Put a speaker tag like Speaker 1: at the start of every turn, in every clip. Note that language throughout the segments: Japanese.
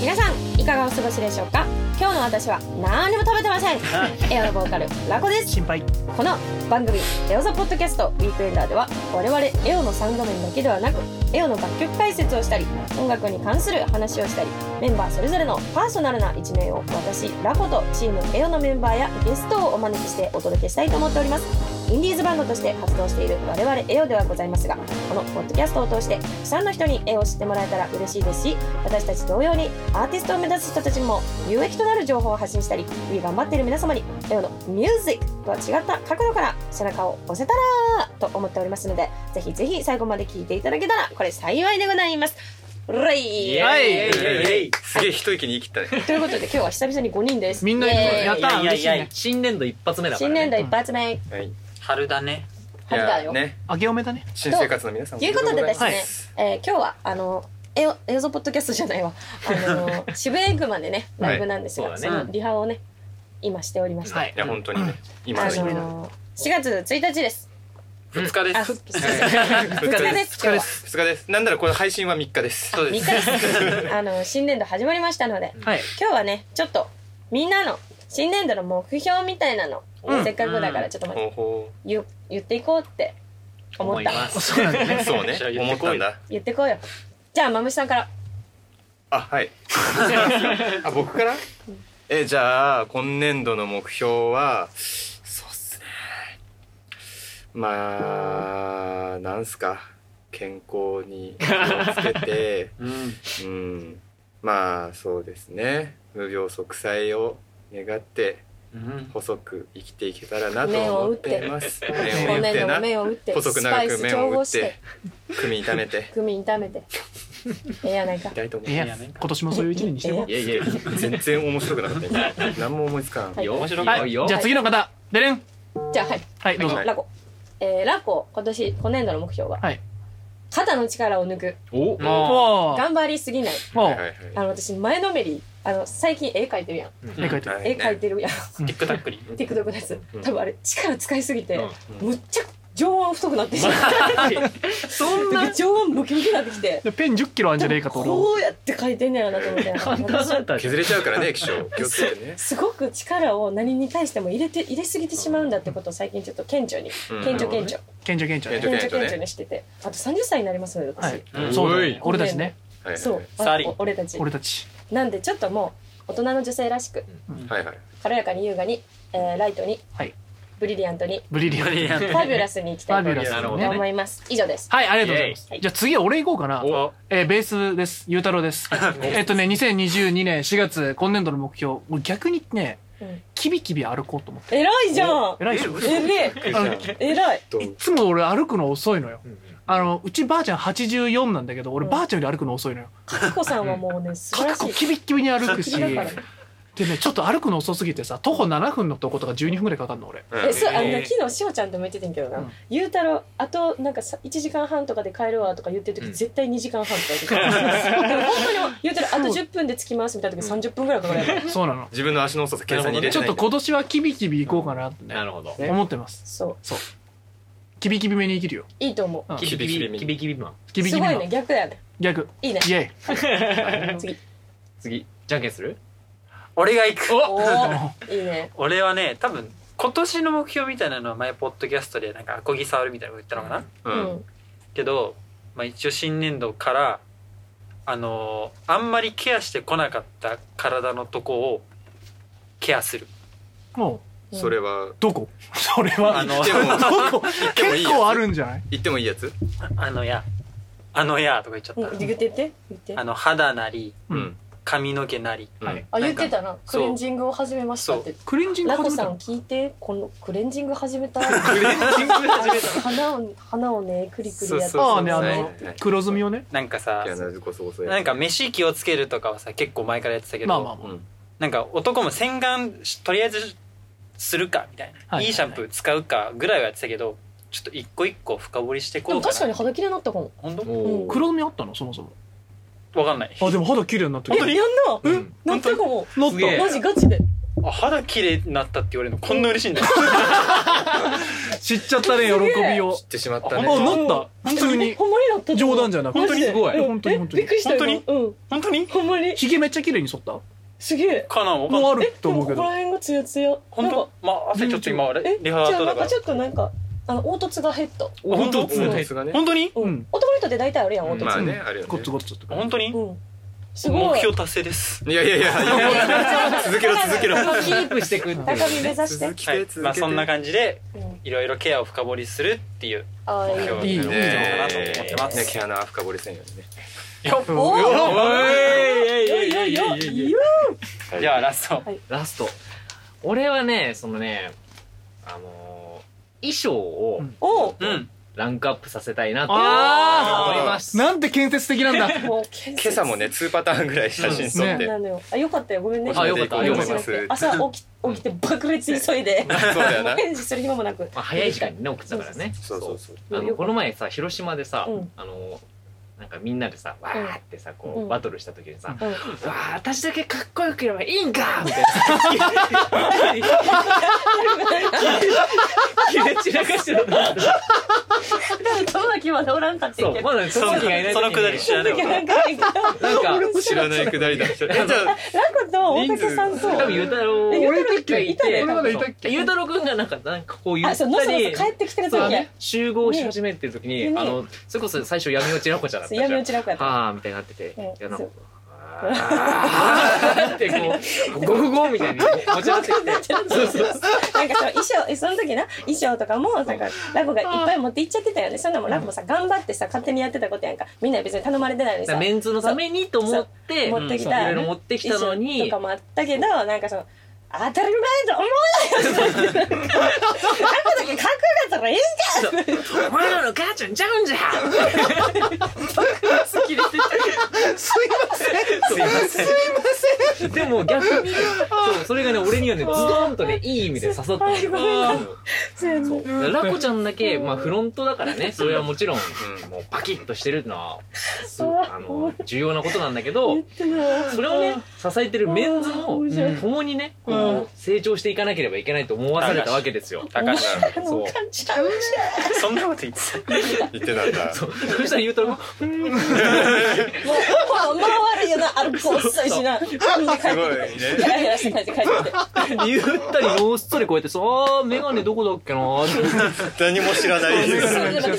Speaker 1: 皆さんいかがお過ごしでしょうか今日の私は何も食べてませんエアのボーカルラコです
Speaker 2: 心配
Speaker 1: この番組「エオザポッドキャストウィークエンダー」では我々エオの3画面だけではなくエオの楽曲解説をしたり音楽に関する話をしたりメンバーそれぞれのパーソナルな一面を私ラコとチームエオのメンバーやゲストをお招きしてお届けしたいと思っておりますインディーズバンドとして活動している我々エオではございますがこのポッドキャストを通してたくさんの人に絵を知ってもらえたら嬉しいですし私たち同様にアーティストを目指す人たちにも有益となる情報を発信したり日々頑張っている皆様に絵のミュージックとは違った角度から背中を押せたらと思っておりますのでぜひぜひ最後まで聞いていただけたらこれ幸いでございます。レイ
Speaker 3: エーイ
Speaker 4: はいすげえ一息に言い切ったね
Speaker 1: ということで今日は久々に5人です。
Speaker 2: みんなや
Speaker 1: イエー
Speaker 2: っ
Speaker 1: イ
Speaker 2: たー
Speaker 3: いや
Speaker 2: 嬉
Speaker 3: い
Speaker 2: しい
Speaker 3: やいや
Speaker 2: ね
Speaker 3: 新年度一発目だから
Speaker 1: 新
Speaker 3: ね
Speaker 1: 年度一発目
Speaker 4: はいい
Speaker 3: 春だね
Speaker 1: 春だよ。
Speaker 4: ね
Speaker 2: あげおめだね
Speaker 4: 新生活の皆さん
Speaker 1: ということでですね、
Speaker 2: はい
Speaker 1: えー今日はあの映映像ポッドキャストじゃないわあの渋谷エッグマンでねライブなんですが、
Speaker 3: はい
Speaker 1: そ
Speaker 3: そうだね
Speaker 1: のリハをね今しておりました、
Speaker 2: はい
Speaker 4: いや本当にね今
Speaker 1: あ
Speaker 4: の
Speaker 1: の
Speaker 4: 今
Speaker 1: ー4月1日です
Speaker 3: 二日で
Speaker 1: あ
Speaker 3: す
Speaker 1: ふ2日です今日は
Speaker 4: 2日ですなんならこれ配信は3日です
Speaker 3: そう
Speaker 1: 3
Speaker 3: で
Speaker 1: 日
Speaker 3: す
Speaker 1: ですあの新年度始まりましたので
Speaker 2: はい
Speaker 1: 今日はねちょっとみんなの新年度の目標みたいなの、
Speaker 2: うん
Speaker 1: せっかくだからちょっとま
Speaker 4: ほうほ
Speaker 1: 言言っていこうって思った
Speaker 3: ます
Speaker 2: そうなんだね
Speaker 4: うそうね
Speaker 3: じゃあ言
Speaker 4: 思
Speaker 3: っ
Speaker 4: って
Speaker 3: こ
Speaker 4: た
Speaker 3: い
Speaker 4: んだ
Speaker 1: 言ってこうよじゃあまむしさんから
Speaker 4: あはいあ僕からえじゃあ今年度の目標はそうっすねまあなんすか健康に気をつけて
Speaker 3: うん
Speaker 4: うん、まあそうですね無病息災を願って
Speaker 3: うん
Speaker 4: 細く生きていけたらなと思っています
Speaker 1: 今
Speaker 4: 面を打っ
Speaker 1: 年
Speaker 4: て
Speaker 1: 度
Speaker 4: な
Speaker 1: の麺を打って
Speaker 4: 細く
Speaker 1: スパ
Speaker 4: 長
Speaker 1: イ
Speaker 4: く
Speaker 1: ス
Speaker 4: 面
Speaker 1: 調
Speaker 4: を打
Speaker 1: 合
Speaker 4: っ
Speaker 1: して
Speaker 4: て組炒めて
Speaker 1: グミ炒め てええやないか
Speaker 4: いきたいと思い
Speaker 2: い
Speaker 4: ま
Speaker 2: や
Speaker 4: す
Speaker 3: やね
Speaker 2: 今年もそういう一年にしていこ
Speaker 3: いやいやい
Speaker 4: 全然面白くなかった今何も思いつかん
Speaker 1: は
Speaker 3: や
Speaker 1: い
Speaker 3: よ面白
Speaker 2: う
Speaker 3: い
Speaker 2: は
Speaker 3: よ
Speaker 2: い
Speaker 3: いい
Speaker 2: じ
Speaker 3: よ
Speaker 2: ゃあ次の方デレン
Speaker 1: じゃあはい
Speaker 2: はいどうぞ
Speaker 4: はい
Speaker 1: ラコ、えー、ラコ今年今年度の目標は、
Speaker 2: はい
Speaker 1: 肩の力を抜く
Speaker 3: おお
Speaker 2: おー
Speaker 1: 頑張りすぎない
Speaker 2: お
Speaker 4: はいは
Speaker 2: ー
Speaker 4: い
Speaker 1: あ
Speaker 4: はい
Speaker 1: の私前のめりあの最近絵描いてるやん
Speaker 2: 絵描いてる
Speaker 4: はい
Speaker 1: 絵描いてるやん、
Speaker 3: ティックタックリ
Speaker 1: TikTok のやつ
Speaker 4: うん
Speaker 1: 多分あれ力使いすぎて、
Speaker 4: うん
Speaker 1: むっちゃ上腕太くなってしまっ
Speaker 3: そんな
Speaker 1: て上腕ムキムキになってきて
Speaker 2: でペン10キロあるんじゃねえかと俺は
Speaker 1: こうやって描いてんねやろなと思って
Speaker 3: 簡単だったじゃん
Speaker 4: 削れちゃうからね気象気をつけてね
Speaker 1: すごく力を何に対しても入れて入れすぎてしまうんだってことを最近ちょっと顕著に
Speaker 4: うん
Speaker 1: 顕著顕著
Speaker 2: 賢者賢者
Speaker 4: 顕
Speaker 1: 顕
Speaker 2: ね
Speaker 4: 著
Speaker 1: 著顕著にしててあと30歳になりますので私、
Speaker 2: はい
Speaker 3: うん
Speaker 2: そうだ
Speaker 4: おい
Speaker 2: ね俺たちね
Speaker 4: はい
Speaker 1: そう
Speaker 3: サーリン
Speaker 1: あお俺たち
Speaker 2: 俺たち
Speaker 1: なんでちょっともう大人の女性らしく
Speaker 4: はいはい
Speaker 1: 軽やかに優雅に、えーライトに、
Speaker 2: はい
Speaker 1: ブリリアントに
Speaker 2: ブリリアン
Speaker 3: や
Speaker 1: ファビュラスに行きたいと
Speaker 2: ファビュラス
Speaker 1: 思
Speaker 2: ね
Speaker 1: います、以上です
Speaker 2: はいありがとうございます
Speaker 1: イエーイ
Speaker 2: じゃあ次俺行こうかな
Speaker 3: お
Speaker 2: えーベースです。ゆうたろうです。えっとね、2022年4月、今年度の目標、もう逆にね、
Speaker 1: うん
Speaker 2: キビキビ歩こうと思って。
Speaker 1: 偉いじゃん
Speaker 2: 偉いでしょ
Speaker 1: えれえ
Speaker 4: クリスチャン
Speaker 1: 偉い
Speaker 4: ど
Speaker 2: いうつも俺歩くの遅いのよ。
Speaker 3: ん
Speaker 2: あの、うちばあちゃん84なんだけど、
Speaker 1: う
Speaker 2: 俺
Speaker 1: ん
Speaker 2: ばあちゃんより歩くの遅いのよ。
Speaker 1: かっこさんはもうね素晴
Speaker 2: からっこ
Speaker 1: しい
Speaker 2: キビッキビに歩くし。
Speaker 1: だから
Speaker 2: でね、ちょっと歩くの遅すぎてさ、徒歩7分のとことか12分ぐらいかかるの俺。
Speaker 4: う ん
Speaker 1: えそうあのね昨日しおちゃんとも言っててんけどな、
Speaker 2: うん
Speaker 1: ゆうたろうあとなんかさ1時間半とかで帰るわとか言ってる時、
Speaker 3: うん
Speaker 1: 絶対2時間半とか言ってたでも本当にゆうたろうあと10分で着きますみたいな時
Speaker 4: うん
Speaker 1: 30分ぐらいかかる やん
Speaker 2: そうなの。
Speaker 4: 自分の足の遅さ計算に入れ
Speaker 2: ち
Speaker 4: て
Speaker 2: ょっ
Speaker 4: ない
Speaker 2: と今年はキビキビ行こうかなってね
Speaker 3: な、るほど
Speaker 4: ね
Speaker 2: 思ってます。
Speaker 1: そう
Speaker 2: キビキビめに生きるよ。
Speaker 1: いいと思
Speaker 2: うん
Speaker 3: キビキビキビキビマン
Speaker 2: キ
Speaker 1: う
Speaker 2: ビ
Speaker 1: す
Speaker 2: キビ
Speaker 1: ご
Speaker 2: ない
Speaker 1: ね逆やね
Speaker 2: 逆。
Speaker 1: いいね
Speaker 2: イェイ。
Speaker 1: 次
Speaker 3: 次じゃんけんする俺が行くお
Speaker 1: おーいいね
Speaker 3: 俺はね多分今年の目標みたいなのは前ポッドキャストでなんかアコギ触るみたいなこと言ったのかな
Speaker 4: う
Speaker 1: うんん
Speaker 3: けど、まあ、一応新年度からあのーあんまりケアしてこなかった体のとこをケアする
Speaker 2: も
Speaker 1: うん
Speaker 4: それは
Speaker 2: う、どこ それは。
Speaker 3: あの
Speaker 4: でも
Speaker 2: どこ
Speaker 4: でもいい
Speaker 2: 結
Speaker 4: やつ
Speaker 2: 構あるんじゃない
Speaker 4: 言ってもいいやつ
Speaker 3: あのやあのやとか言っちゃっ
Speaker 1: うん
Speaker 3: た、
Speaker 1: 言って言って言って
Speaker 3: あの肌なり
Speaker 2: う
Speaker 4: うんん
Speaker 3: 髪の毛なり
Speaker 4: うん
Speaker 2: はい
Speaker 1: あ言ってたなク
Speaker 3: そう
Speaker 1: レンジングを始めましたって
Speaker 2: クレンジング
Speaker 1: ラコ
Speaker 2: 始めた
Speaker 1: さん
Speaker 2: の
Speaker 1: 聞いてこのクレンジング始めた
Speaker 3: クレンジング始めたの
Speaker 1: 鼻を鼻をねクリクリやって
Speaker 3: そう
Speaker 2: ああね、あ
Speaker 4: はい
Speaker 2: の、黒ずみをね。
Speaker 3: なんかさ
Speaker 4: いやなぜこそこそ
Speaker 3: なんか飯気をつけるとかはさ結構前からやってたけど、
Speaker 2: まあまあま
Speaker 4: う
Speaker 2: あ。
Speaker 4: ん
Speaker 3: なんか男も洗顔しとりあえずするかみたいな、
Speaker 2: はいはい
Speaker 3: い
Speaker 2: はい
Speaker 3: いシャンプー使うかぐらいはやってたけどちょっと一個一個深掘りしていこ
Speaker 1: で
Speaker 3: う
Speaker 1: も
Speaker 3: かな
Speaker 1: 確かに肌切れになったかも
Speaker 3: 本当
Speaker 1: お
Speaker 2: 黒ずみあったのそもそも。
Speaker 3: わかんない
Speaker 2: あ、でも肌綺麗になって
Speaker 1: え
Speaker 2: き
Speaker 1: や
Speaker 2: た。
Speaker 1: んな
Speaker 3: うん
Speaker 1: なったかも
Speaker 2: な
Speaker 3: すげえ
Speaker 2: っ
Speaker 1: マジガチで
Speaker 3: あ肌綺麗になったって言われるのこんな嬉しい んだ
Speaker 2: 知っちゃったね、喜びを。
Speaker 4: 知ってしまったね。
Speaker 2: あ、なった。普通に。
Speaker 1: ほんまになった
Speaker 2: 冗談じゃなくて
Speaker 1: マジで
Speaker 2: 本当にすごい
Speaker 1: うん
Speaker 2: 本当に本当に
Speaker 1: えびっくりした今
Speaker 3: 本
Speaker 1: うん
Speaker 3: 本当に
Speaker 1: ほんまに
Speaker 2: ヒゲめっちゃ綺麗に剃った
Speaker 1: すげえ
Speaker 3: かなわか
Speaker 2: も
Speaker 3: んな
Speaker 2: うあ
Speaker 3: い
Speaker 2: ると思うけ
Speaker 1: でもここら
Speaker 2: ど。
Speaker 1: 辺がツヤツヤ
Speaker 3: 本
Speaker 1: なん
Speaker 3: 当
Speaker 1: か
Speaker 3: まあ汗ちょっと今あれ
Speaker 1: え
Speaker 3: リハー
Speaker 1: じゃあ
Speaker 3: ト
Speaker 1: なん
Speaker 3: だか
Speaker 1: からちょっとなんかあの凹凸が減った
Speaker 3: お本当
Speaker 4: 凹凸がね
Speaker 3: 本当に
Speaker 1: うん
Speaker 2: うん
Speaker 1: 男の人って大体あるやん凹凸
Speaker 4: まあね、あるよ
Speaker 2: ゴッツ
Speaker 4: ね。
Speaker 2: ゴッツとか。
Speaker 3: 本当に
Speaker 1: うんすごい
Speaker 3: 目標達成です
Speaker 4: いやいやいや、続けろ続けろ。
Speaker 5: キープしてくっていう
Speaker 1: 高み目指して
Speaker 4: 続き
Speaker 3: は
Speaker 4: て
Speaker 3: い
Speaker 4: 続けて。
Speaker 3: まあそんな感じで
Speaker 1: うん
Speaker 3: いろいろケアを深掘りするっていう
Speaker 1: ああいい
Speaker 3: 目標
Speaker 2: いいね
Speaker 3: になるのかなと思ってま
Speaker 4: ね、
Speaker 3: す
Speaker 4: 毛穴深掘りせんようにね。
Speaker 1: おー
Speaker 4: おい
Speaker 1: よいよいよいよ
Speaker 3: じゃあラスト
Speaker 5: ラスト俺はねそのねあのー衣装を
Speaker 1: おう
Speaker 3: うん
Speaker 5: ランクアップさせたいなと思
Speaker 2: あ
Speaker 5: います
Speaker 2: ーなんて建設的なんだ。
Speaker 1: もう建
Speaker 4: 今朝もね、2パターンぐらい写真撮っ
Speaker 2: ね
Speaker 4: て。
Speaker 1: なのよあよかったよごめんね
Speaker 5: あよかった
Speaker 4: 教えていこ
Speaker 5: よ
Speaker 4: うと思いま
Speaker 5: か
Speaker 4: す。
Speaker 1: 朝起き起きて爆裂急いで
Speaker 4: そうだよな。
Speaker 1: 返事する暇 もなく
Speaker 5: まあ、早い時間にね送ってたからね
Speaker 4: そうそうそう。
Speaker 5: そうあのこの前さ広島でさ、
Speaker 1: うん
Speaker 5: あのなんかみんなでさわーってさこう、
Speaker 1: うん
Speaker 5: バトルした時にさ、
Speaker 1: うん
Speaker 5: わあ私だけかっこよくいればいいんかみたいな切れ散らかしてた
Speaker 1: 友達まだおらんかったけ
Speaker 5: そ
Speaker 1: ど
Speaker 5: うまだそ
Speaker 3: そ
Speaker 5: の
Speaker 3: の
Speaker 5: 時がいない時に
Speaker 3: そのくだり知らない
Speaker 1: 友
Speaker 3: わ
Speaker 1: 樹なんかいいからラ
Speaker 5: なんか
Speaker 4: 知らないくだりだ。えじゃあ、
Speaker 1: コと大竹さんと
Speaker 5: 多分ゆうたろう
Speaker 1: えゆうたろう
Speaker 5: がい
Speaker 1: いた
Speaker 5: て
Speaker 1: よ俺ま
Speaker 2: だいたっけ
Speaker 5: ゆうたろうくんがなんかなんかこうゆ
Speaker 1: あ
Speaker 5: った
Speaker 1: そうのその
Speaker 5: り
Speaker 1: 帰ってきてる時
Speaker 5: そう
Speaker 1: や
Speaker 5: 集合し始めてる時に
Speaker 1: ね
Speaker 5: あのそれこそ最初闇落ちラコちゃんだったじゃ
Speaker 1: 闇
Speaker 5: ん
Speaker 1: 落ち楽やった
Speaker 5: はあみたいになってて
Speaker 1: うん
Speaker 5: いやなん
Speaker 1: そう
Speaker 5: かあーってこうゴゴゴみたいに持ち上がってきてそうそう
Speaker 1: なんかその衣装えその時な衣装とかもなんかラコがいっぱい持って行っちゃってたよねそんなもんラコもさ頑張ってさ勝手にやってたことやんかみんな別に頼まれてないのに
Speaker 5: だか
Speaker 1: さ
Speaker 5: らメンズのためにと思って
Speaker 1: そう持ってきた
Speaker 5: うんそういろいろ持ってきたの
Speaker 1: 衣装と
Speaker 5: に
Speaker 1: かもあったけどなんかその当たり前と思うなよラコだけかっこよかったらええん
Speaker 5: お前らの母ちゃんちゃうんじゃ
Speaker 3: すいません
Speaker 5: でも逆にそうそれがね俺にはねズドンとねいい意味で刺さったの
Speaker 1: すごいそうやね
Speaker 5: そうラコちゃんだけ、まあ、フロントだからねそれはもちろん、もうバキッとしてるのはすあの重要なことなんだけど
Speaker 1: 言ってない
Speaker 5: それをね支えてるメンズも
Speaker 1: 面
Speaker 2: 白い
Speaker 5: 共にねこう成長していかなければいけないと思わされたわけですよ。
Speaker 3: 高橋
Speaker 1: あの
Speaker 5: そう
Speaker 1: おかんちゃうね
Speaker 3: そんなこと言ってた
Speaker 4: 言ってたんだ。
Speaker 5: そうそしたら言うたらもう
Speaker 1: もうほら回るよなあのごっそいしなす
Speaker 4: すごいね。
Speaker 1: ヘラヘラして帰って帰ってきて
Speaker 5: 言ったりノーストリこうやってさあーメガネどこだっけなーっ
Speaker 4: 何も知らない
Speaker 1: そ
Speaker 4: で
Speaker 1: う
Speaker 4: す。
Speaker 1: なんかルレレレレ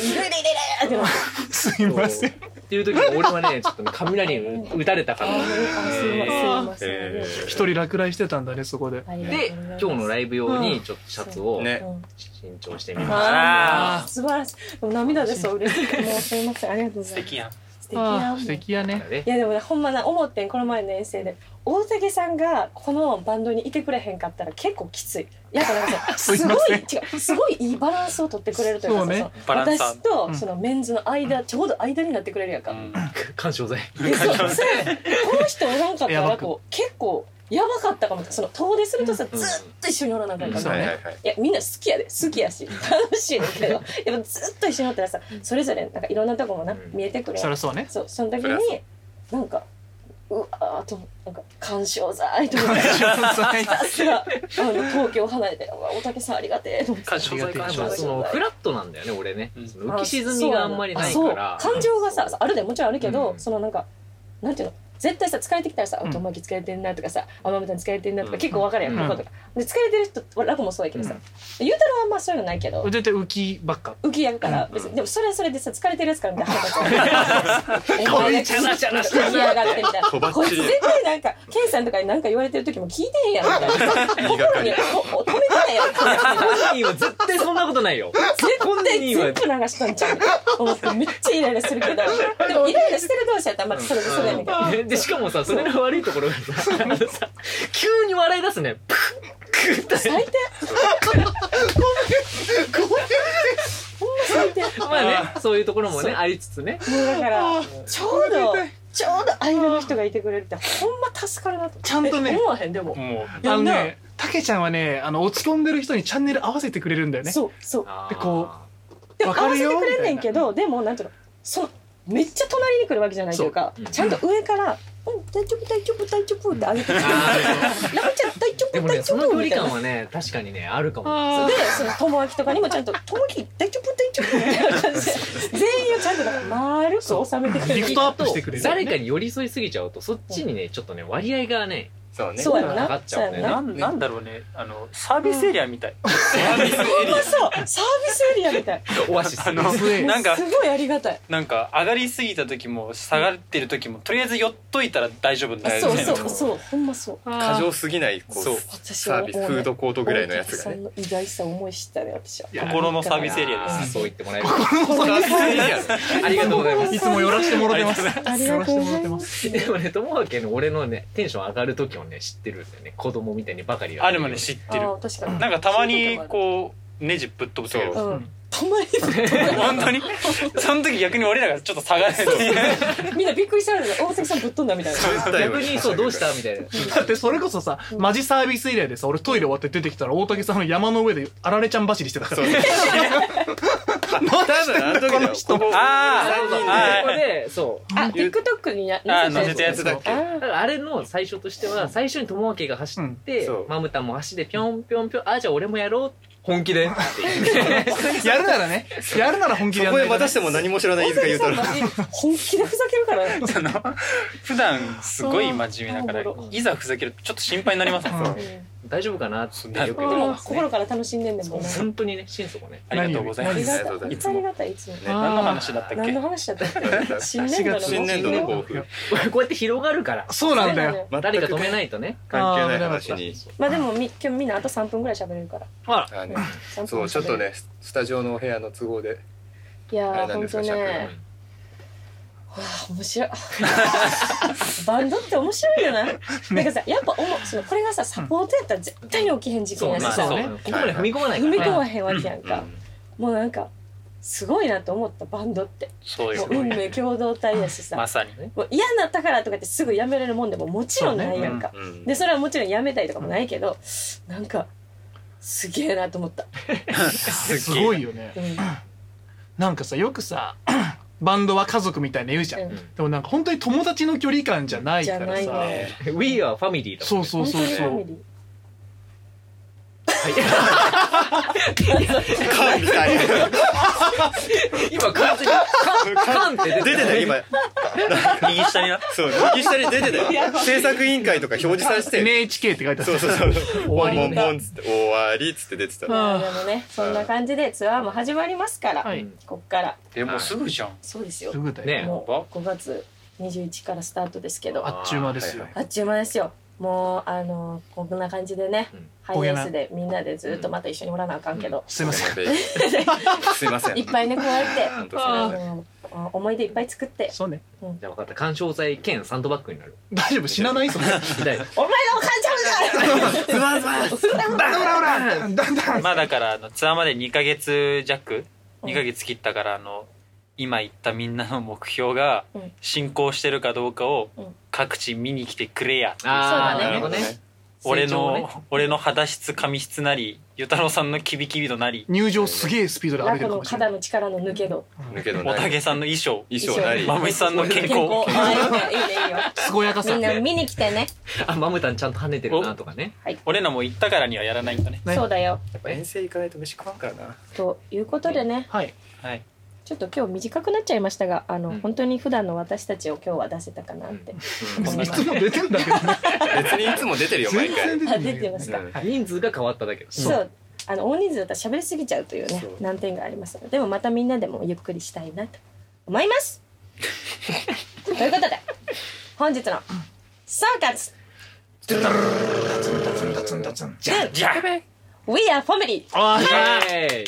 Speaker 1: ってなって
Speaker 2: すいません。
Speaker 5: てっていう時に俺は ねちょっとね雷に打たれたか
Speaker 1: あ
Speaker 5: ら。
Speaker 1: ーすいませんすいません
Speaker 4: えー
Speaker 2: 一人落雷してたんだね、そこで。
Speaker 1: ありがとうござ
Speaker 5: で
Speaker 1: います
Speaker 5: 今日のライブ用にちょっとシャツを
Speaker 4: ね。
Speaker 5: 新調してみまし
Speaker 1: あ
Speaker 3: あ
Speaker 1: ー素晴らしい。でも涙でそう嬉しい。もうすいません。ありがとうご
Speaker 3: 素
Speaker 1: ざいます。
Speaker 3: 敵やん
Speaker 1: 素敵
Speaker 2: あ
Speaker 1: な
Speaker 2: あ、素敵や
Speaker 5: た
Speaker 2: ね
Speaker 5: か。らね
Speaker 1: いやでもね、ほんまな、思ってん、この前の遠征で。大竹さんがこのバンドにいてくれへんかったら結構きつい。やっぱなんかさ、
Speaker 2: すい
Speaker 1: すご
Speaker 2: ま
Speaker 1: い、
Speaker 2: せん
Speaker 1: 違う、すごいいいバランスを取ってくれるというか
Speaker 2: そうね
Speaker 1: さ、そ
Speaker 3: バ
Speaker 1: の
Speaker 3: ランサー
Speaker 1: 私と
Speaker 2: ん
Speaker 1: そのメンズの間、ちょうど間になってくれるやんか。
Speaker 5: 緩衝材
Speaker 1: でそうそれこの人おらんかった
Speaker 2: やば
Speaker 1: ら
Speaker 2: く
Speaker 1: こう結構やばかったかもその遠出するとさ、ずっと一緒におらなあかんか
Speaker 5: う
Speaker 1: ら
Speaker 5: ん
Speaker 1: さ、
Speaker 4: はいはいはい。
Speaker 1: いやみんな好きやで好きやし楽しいねんけどでもずっと一緒におったらさそれぞれなんかいろんなとこもな、
Speaker 5: うん
Speaker 1: 見えてくるや
Speaker 2: そ
Speaker 1: ん
Speaker 2: りゃそう ね。
Speaker 1: そうその時
Speaker 4: そりゃそ
Speaker 1: になんかうわーとなんか干渉剤と かさすがあの東京離れてうわ大竹さんありがてえと思って
Speaker 3: 感謝
Speaker 2: あ
Speaker 3: 感
Speaker 2: り
Speaker 5: ま
Speaker 2: が
Speaker 5: あ
Speaker 2: と
Speaker 5: そのフラットなんだよね俺ね
Speaker 3: うん
Speaker 5: その浮き沈みがあんまりない
Speaker 1: そう
Speaker 5: から
Speaker 1: 感情が さあるでもちろんあるけど、
Speaker 5: うん
Speaker 1: そのなんかなんていうの絶対さ疲れてきたらさ「
Speaker 2: うん
Speaker 1: あとまき疲れてんな」とかさ「あまみたん疲れてんな」とか
Speaker 4: うん
Speaker 1: 結構分かるやん、
Speaker 2: うん
Speaker 1: こことかで疲れてる人ラコもそうやけどさ、ゆうたろうはまあそういうのないけど
Speaker 2: 絶対浮きばっか。
Speaker 1: 浮きやるから別にでもそれはそれでさ疲れてるやつからみたいな腹立つお
Speaker 5: こ
Speaker 1: 前
Speaker 5: れ
Speaker 1: が
Speaker 5: チャラチャラし
Speaker 1: 浮きやがってみたい
Speaker 4: とば
Speaker 1: な
Speaker 4: っ
Speaker 1: こいつ
Speaker 4: ちり
Speaker 1: 絶対なんかケンさんとかに何か言われてる時も聞いてへんやんみたいな
Speaker 4: 言いがか
Speaker 1: 心に
Speaker 4: り。
Speaker 1: こう止めてないやん
Speaker 5: 本人は絶対そんなことないよ
Speaker 1: 絶対全部
Speaker 5: は
Speaker 1: 流したんちゃう思ってめっちゃイライラするけどでもイライラしてる同士やったらまたそれでそれやねんけど
Speaker 5: ででしかもさそれの悪いところがさあのさ急に笑い出すねプックッて
Speaker 1: 最低ごめんごめんほんま最低
Speaker 5: まあねそういうところもねありつつね
Speaker 1: もうだからちょうどちょうど間の人がいてくれるってほんま助かるなと
Speaker 2: ちゃんとね
Speaker 1: え思わへんでも
Speaker 3: も
Speaker 2: あのね、たけちゃんはね、あの、落ち込んでる人にチャンネル合わせてくれるんだよね。
Speaker 1: そうそう
Speaker 2: でこ
Speaker 1: でも合
Speaker 2: わか
Speaker 1: わ
Speaker 2: る
Speaker 1: せ
Speaker 2: よ
Speaker 1: てくれんねんけどでもなんていうのそのめっちゃ隣に来るわけじゃないというか
Speaker 5: そううん
Speaker 1: ちゃんと上からうん大丈夫大丈夫大丈夫ってあげてくれる
Speaker 5: あ
Speaker 1: ラブちゃん大丈
Speaker 5: ーで
Speaker 1: 夫
Speaker 5: も
Speaker 1: 大
Speaker 5: ね
Speaker 1: 丈
Speaker 5: その距
Speaker 1: 夫み
Speaker 5: 離
Speaker 1: たいな
Speaker 5: 感はね確かにねあるかも
Speaker 2: あ
Speaker 1: でその友明とかにもちゃんと「友樹大丈夫大丈夫」みたいな感じで全員をちゃんとなんか丸く収めてくれ
Speaker 2: ギ
Speaker 1: る
Speaker 2: フトアップしてくれるよね
Speaker 5: 誰かに寄り添いすぎちゃうとそっちにねちょっとね割合がね
Speaker 4: そうね
Speaker 1: そうやろ
Speaker 5: 上が
Speaker 1: な
Speaker 5: っち
Speaker 1: そう
Speaker 5: ゃ
Speaker 1: や
Speaker 5: う
Speaker 1: ろ
Speaker 5: ね
Speaker 1: な
Speaker 3: なんなんだろうねあのサービスエリアみたい、
Speaker 1: ほんまそうサービスエリアみたい
Speaker 5: オアシス
Speaker 3: あの
Speaker 2: ー
Speaker 3: なんか
Speaker 1: すごいありがたい
Speaker 3: なんか上がりすぎた時も下がってる時もとりあえず寄っといたら大丈夫だよ
Speaker 1: そう
Speaker 3: ね
Speaker 1: そうそうほんまそう
Speaker 4: 過剰すぎないこう
Speaker 3: そう
Speaker 1: 私
Speaker 4: サ
Speaker 1: は
Speaker 4: ー
Speaker 1: もう
Speaker 4: ビ
Speaker 1: ね
Speaker 4: スフードコートぐらいのやつ
Speaker 1: さ
Speaker 4: がね
Speaker 1: んの偉大さを思い知ったね私は
Speaker 3: 心のサービスエリアです
Speaker 5: あーそう言ってもらえる
Speaker 4: サービスエリア
Speaker 5: ありがとうございま
Speaker 2: いつもよらしてもらってます。
Speaker 1: ありがとうございます
Speaker 5: でもね友明の俺のねテンション上がる時をね知ってるんだよね子供みたいにばかり
Speaker 3: あれもね知ってる
Speaker 1: あー確かに
Speaker 3: なんかたまにこうネジぶっ飛ぶ時ある
Speaker 4: そう
Speaker 1: うんたまにぶっ飛ぶ
Speaker 3: 本当にその時逆に俺らがちょっと下がるっていう
Speaker 1: みんなびっくりしたんですよ大崎さんぶっ飛んだみたいな
Speaker 5: 逆にそうどうしたみたいな
Speaker 2: だってそれこそさ、マジサービスエリアでさ、俺トイレ終わって出てきたら大竹さんの山の上であられちゃん走りしてた から。
Speaker 4: 多分あの時だ
Speaker 2: こ
Speaker 4: よ
Speaker 2: の人
Speaker 4: ここ
Speaker 3: あ
Speaker 5: そうそう
Speaker 3: はい
Speaker 5: ここでそう
Speaker 1: あ TikTok にや
Speaker 3: あー
Speaker 1: 載せた
Speaker 3: 乗せた
Speaker 1: や
Speaker 3: や
Speaker 1: つ
Speaker 3: つだっけ
Speaker 1: あ
Speaker 5: だ
Speaker 1: ー
Speaker 5: からあれの最初としては最初に友明が走って、
Speaker 4: うんそう
Speaker 5: マムタも足でぴょんぴょんぴょんあじゃあ俺もやろう本気でっていう
Speaker 2: やるならね、やるなら本気
Speaker 4: そ
Speaker 2: でや
Speaker 4: こ
Speaker 2: る
Speaker 4: でまたしても何も知らない飯塚
Speaker 1: 大
Speaker 4: 優
Speaker 1: 崎
Speaker 4: 太郎
Speaker 1: さんマジ本気でふざけるからね
Speaker 3: その普段すごい真面目だから
Speaker 1: そう
Speaker 3: いざふざけるとちょっと心配になりますね
Speaker 2: うん
Speaker 3: そう
Speaker 5: 大丈夫かなってよく言って
Speaker 1: うん
Speaker 5: ますね
Speaker 1: 心から楽しんでんねんもんね
Speaker 5: 本当にね心底ね
Speaker 3: ありがとうござい
Speaker 1: あ
Speaker 3: ま
Speaker 1: り
Speaker 3: す
Speaker 1: が
Speaker 4: ありがとうご
Speaker 1: た
Speaker 4: ざ
Speaker 1: い
Speaker 4: い
Speaker 1: い
Speaker 4: ま
Speaker 1: つ
Speaker 4: す
Speaker 1: もありがたいいつも
Speaker 4: ね
Speaker 3: 何の話だったっ
Speaker 1: 何の
Speaker 3: け
Speaker 1: 話だったっけ新年度の
Speaker 4: 新年度の抱負
Speaker 5: こうやって広がるから
Speaker 2: そうなんだよ。
Speaker 5: 誰か止めないとね
Speaker 4: 関係ない話に
Speaker 1: まあでもみ今日みんなあと3分ぐらい喋れるから
Speaker 5: あ
Speaker 4: あね
Speaker 1: 3分
Speaker 4: そうちょっとねススタジオのお部屋の都合で
Speaker 1: いや
Speaker 4: あれ
Speaker 1: ー
Speaker 4: なん
Speaker 1: ほん
Speaker 4: です
Speaker 1: と
Speaker 4: か
Speaker 1: ねわあ面白い バンドって面白いよな、なんかさやっぱおもそのこれがさサポートやったら絶対に起きへん事件
Speaker 5: そう
Speaker 1: や
Speaker 5: ま
Speaker 1: し
Speaker 5: あ
Speaker 1: さ、
Speaker 5: そうここまで踏み込まないか
Speaker 1: 踏
Speaker 5: ら
Speaker 1: み込ま
Speaker 5: ね
Speaker 1: へんわけやんか、もうなんかすごいなと思ったバンドって
Speaker 3: そう
Speaker 1: もう
Speaker 3: よ
Speaker 1: 運命共同体やしさ、
Speaker 3: まさに
Speaker 1: もう嫌になったからとかってすぐやめれるもんでももちろんないやんか、
Speaker 4: うんうん
Speaker 1: でそれはもちろんやめたりとかもないけどなんかすげえなと思った、
Speaker 2: すごいよね
Speaker 1: う。ん
Speaker 2: なんかさ、よくさ、 バンドは家族みたいな言うじゃん。
Speaker 1: うん
Speaker 2: でもなんか本当に友達の距離感じゃないか
Speaker 1: じ
Speaker 2: ら
Speaker 1: ゃ
Speaker 2: さ
Speaker 1: ない。ね
Speaker 5: We are family だもん
Speaker 2: そうそ
Speaker 1: 本
Speaker 2: う
Speaker 1: 当
Speaker 2: そう
Speaker 1: にフ
Speaker 2: そ
Speaker 1: ァミ
Speaker 2: う。
Speaker 1: リー
Speaker 4: カンみたい
Speaker 5: 今完全にカンカンって
Speaker 4: 出てたよ今
Speaker 3: 右下にな
Speaker 4: そう右下に出てたよ制作委員会とか表示されてたよ
Speaker 2: NHK って書いてあ
Speaker 4: そう
Speaker 2: る。
Speaker 4: そうそう
Speaker 2: 終わ
Speaker 4: ボ
Speaker 2: り
Speaker 4: ンボンっつって終わりっつって出てた
Speaker 1: いや
Speaker 2: あ
Speaker 1: でもねそんな感じでツアーも始まりますから、
Speaker 2: はい。
Speaker 1: こっから
Speaker 3: でもうすぐじゃん
Speaker 1: そうですよ
Speaker 2: すぐだよ。
Speaker 5: ね
Speaker 1: もう5月21からスタートですけどあ
Speaker 2: あっちゅう間ですよ
Speaker 4: はい。
Speaker 1: っちゅう間ですよもうあのこんな感じでね、
Speaker 5: うん
Speaker 1: ハイエースでみんなでずっとまた一緒におらなあかんけど、
Speaker 2: すいません。
Speaker 4: すいません
Speaker 1: いっぱいね加えて
Speaker 4: 本当すい
Speaker 1: あ
Speaker 4: ません
Speaker 1: の思い出いっぱい作って
Speaker 2: そうね。
Speaker 5: じゃあ分かった緩衝材兼サンドバッグになる
Speaker 2: 大丈夫死なないそれ。
Speaker 5: 大丈
Speaker 1: 「お前のお母ちゃんが!」
Speaker 4: ズバズバ
Speaker 2: だ んだん
Speaker 3: まあだからあのツアーまで2ヶ月弱2ヶ月切ったからあの今言ったみんなの目標が
Speaker 1: うん
Speaker 3: 進行してるかどうかを
Speaker 1: うん
Speaker 3: 各地見に来てくれや
Speaker 5: 夫あ
Speaker 1: そうだ
Speaker 5: ー
Speaker 1: ね
Speaker 5: なるほどね
Speaker 3: 俺
Speaker 5: 成長をね
Speaker 3: の俺の肌質髪質なりゆたろうさんのキビキビ度なり
Speaker 2: 入場すげえスピードで歩
Speaker 1: ラ
Speaker 2: いて
Speaker 1: コ
Speaker 2: るか
Speaker 1: の
Speaker 2: もしれな
Speaker 1: 肩
Speaker 2: い。
Speaker 1: の力の抜け度
Speaker 4: 抜けど
Speaker 3: お
Speaker 4: な
Speaker 3: た
Speaker 4: い
Speaker 3: けさんの衣装
Speaker 4: 衣装なり
Speaker 3: まむしさんの健康
Speaker 1: ああいいねいいねいいよ
Speaker 2: 健やか
Speaker 1: み
Speaker 2: さ
Speaker 1: ん。な見に来てね
Speaker 5: あマムタンちゃんと跳ねてるなとかね
Speaker 3: 俺らも行ったからにはやらないんだね
Speaker 2: ね
Speaker 1: そうだよ
Speaker 4: 遠征行かないと飯食わんからな
Speaker 1: ということでね
Speaker 2: はい。
Speaker 3: はい
Speaker 1: ちょっと今日短くなっちゃいましたがあの、
Speaker 5: うん
Speaker 1: 本当に普段の私たちを今日は出せたかなって、
Speaker 4: うん
Speaker 2: いつも出てんだけどね。
Speaker 4: 別にいつも出てるよ毎
Speaker 2: 全
Speaker 4: 回
Speaker 2: 然出
Speaker 1: あ
Speaker 2: て
Speaker 1: 出て
Speaker 2: る。
Speaker 1: ますか、
Speaker 4: うん
Speaker 5: 人数が変わっただけど
Speaker 1: そう、あの大人数だったら喋りすぎちゃうというね
Speaker 4: そう
Speaker 1: 難点がありますのででもまたみんなでもゆっくりしたいなと思います ということで本日の総括
Speaker 2: じゃ
Speaker 3: じゃあ
Speaker 1: We are family!
Speaker 2: あ
Speaker 5: イ
Speaker 2: ー
Speaker 5: エーイ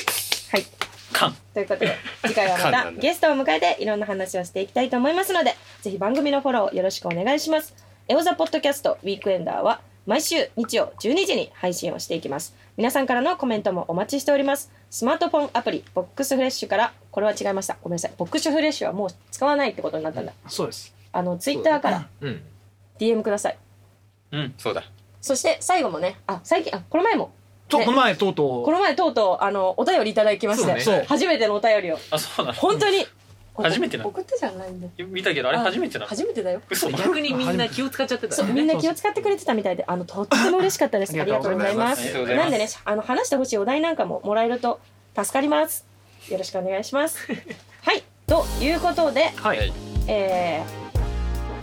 Speaker 1: はい
Speaker 3: カン
Speaker 1: ということで次回はま
Speaker 4: カン
Speaker 1: た
Speaker 4: なんだ
Speaker 1: ゲストを迎えていろんな話をしていきたいと思いますのでぜひ番組のフォローよろしくお願いしますエオザポッドキャストウィークエンダーは毎週日曜12時に配信をしていきます皆さんからのコメントもお待ちしておりますスマートフォンアプリボックスフレッシュからこれは違いましたごめんなさいボックスフレッシュはもう使わないってことになったんだ
Speaker 2: そうです。
Speaker 1: あのツイッターから
Speaker 5: うん
Speaker 1: DM ください
Speaker 3: うん
Speaker 4: そうだ
Speaker 1: そして最後もねあ最近あこの前も
Speaker 2: と
Speaker 1: ね
Speaker 2: この前とう
Speaker 1: ことの前とうとうあのお便りいただきまして、
Speaker 5: そう
Speaker 2: ね
Speaker 1: 初めてのお便りを
Speaker 3: あそうなの
Speaker 1: 本当に
Speaker 3: 初めてなの
Speaker 1: 送ってじゃないんだ
Speaker 3: 見たけどあれ初めてなの
Speaker 1: 初めてだよ
Speaker 3: 嘘だ
Speaker 5: 逆にみんな気を使っちゃってた
Speaker 1: そ
Speaker 5: ん
Speaker 1: う
Speaker 5: だ
Speaker 1: みん
Speaker 5: ね
Speaker 1: な気を使ってくれてたみたいであのとっても嬉しかったですあ
Speaker 2: あ
Speaker 1: り
Speaker 2: り
Speaker 1: がと
Speaker 2: がと
Speaker 1: うご
Speaker 2: う
Speaker 1: ざ
Speaker 2: ござ
Speaker 1: い
Speaker 2: い
Speaker 1: ま
Speaker 2: ますす
Speaker 3: ありがとうございます
Speaker 1: なんでねあの話してほしいお題なんかももらえると助かりますよろしくお願いしますはいということで、
Speaker 2: はい。
Speaker 1: えー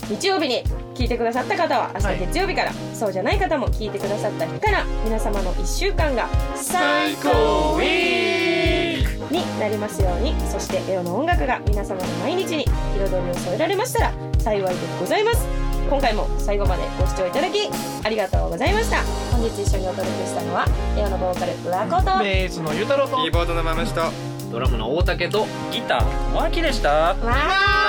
Speaker 1: 日曜日に聞いてくださった方は明
Speaker 2: はい
Speaker 1: 日月曜日から、そうじゃない方も聞いてくださった日から皆様の1週間が最高ウィークになりますようにそしてエオの音楽が皆様の毎日に彩りを添えられましたら幸いでございます今回も最後までご視聴いただきありがとうございました本日一緒にお届けしたのはエオのボーカルラコと
Speaker 2: ベースのゆうたろうと
Speaker 4: キー。ボードのまむしと
Speaker 5: ドラムの大竹と
Speaker 3: ギターのもあきでした
Speaker 1: わー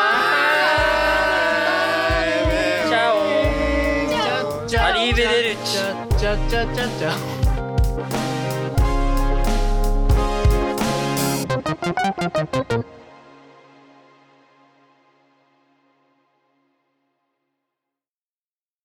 Speaker 3: チャオアリーベデルチ
Speaker 2: チャチャチャチャチャ。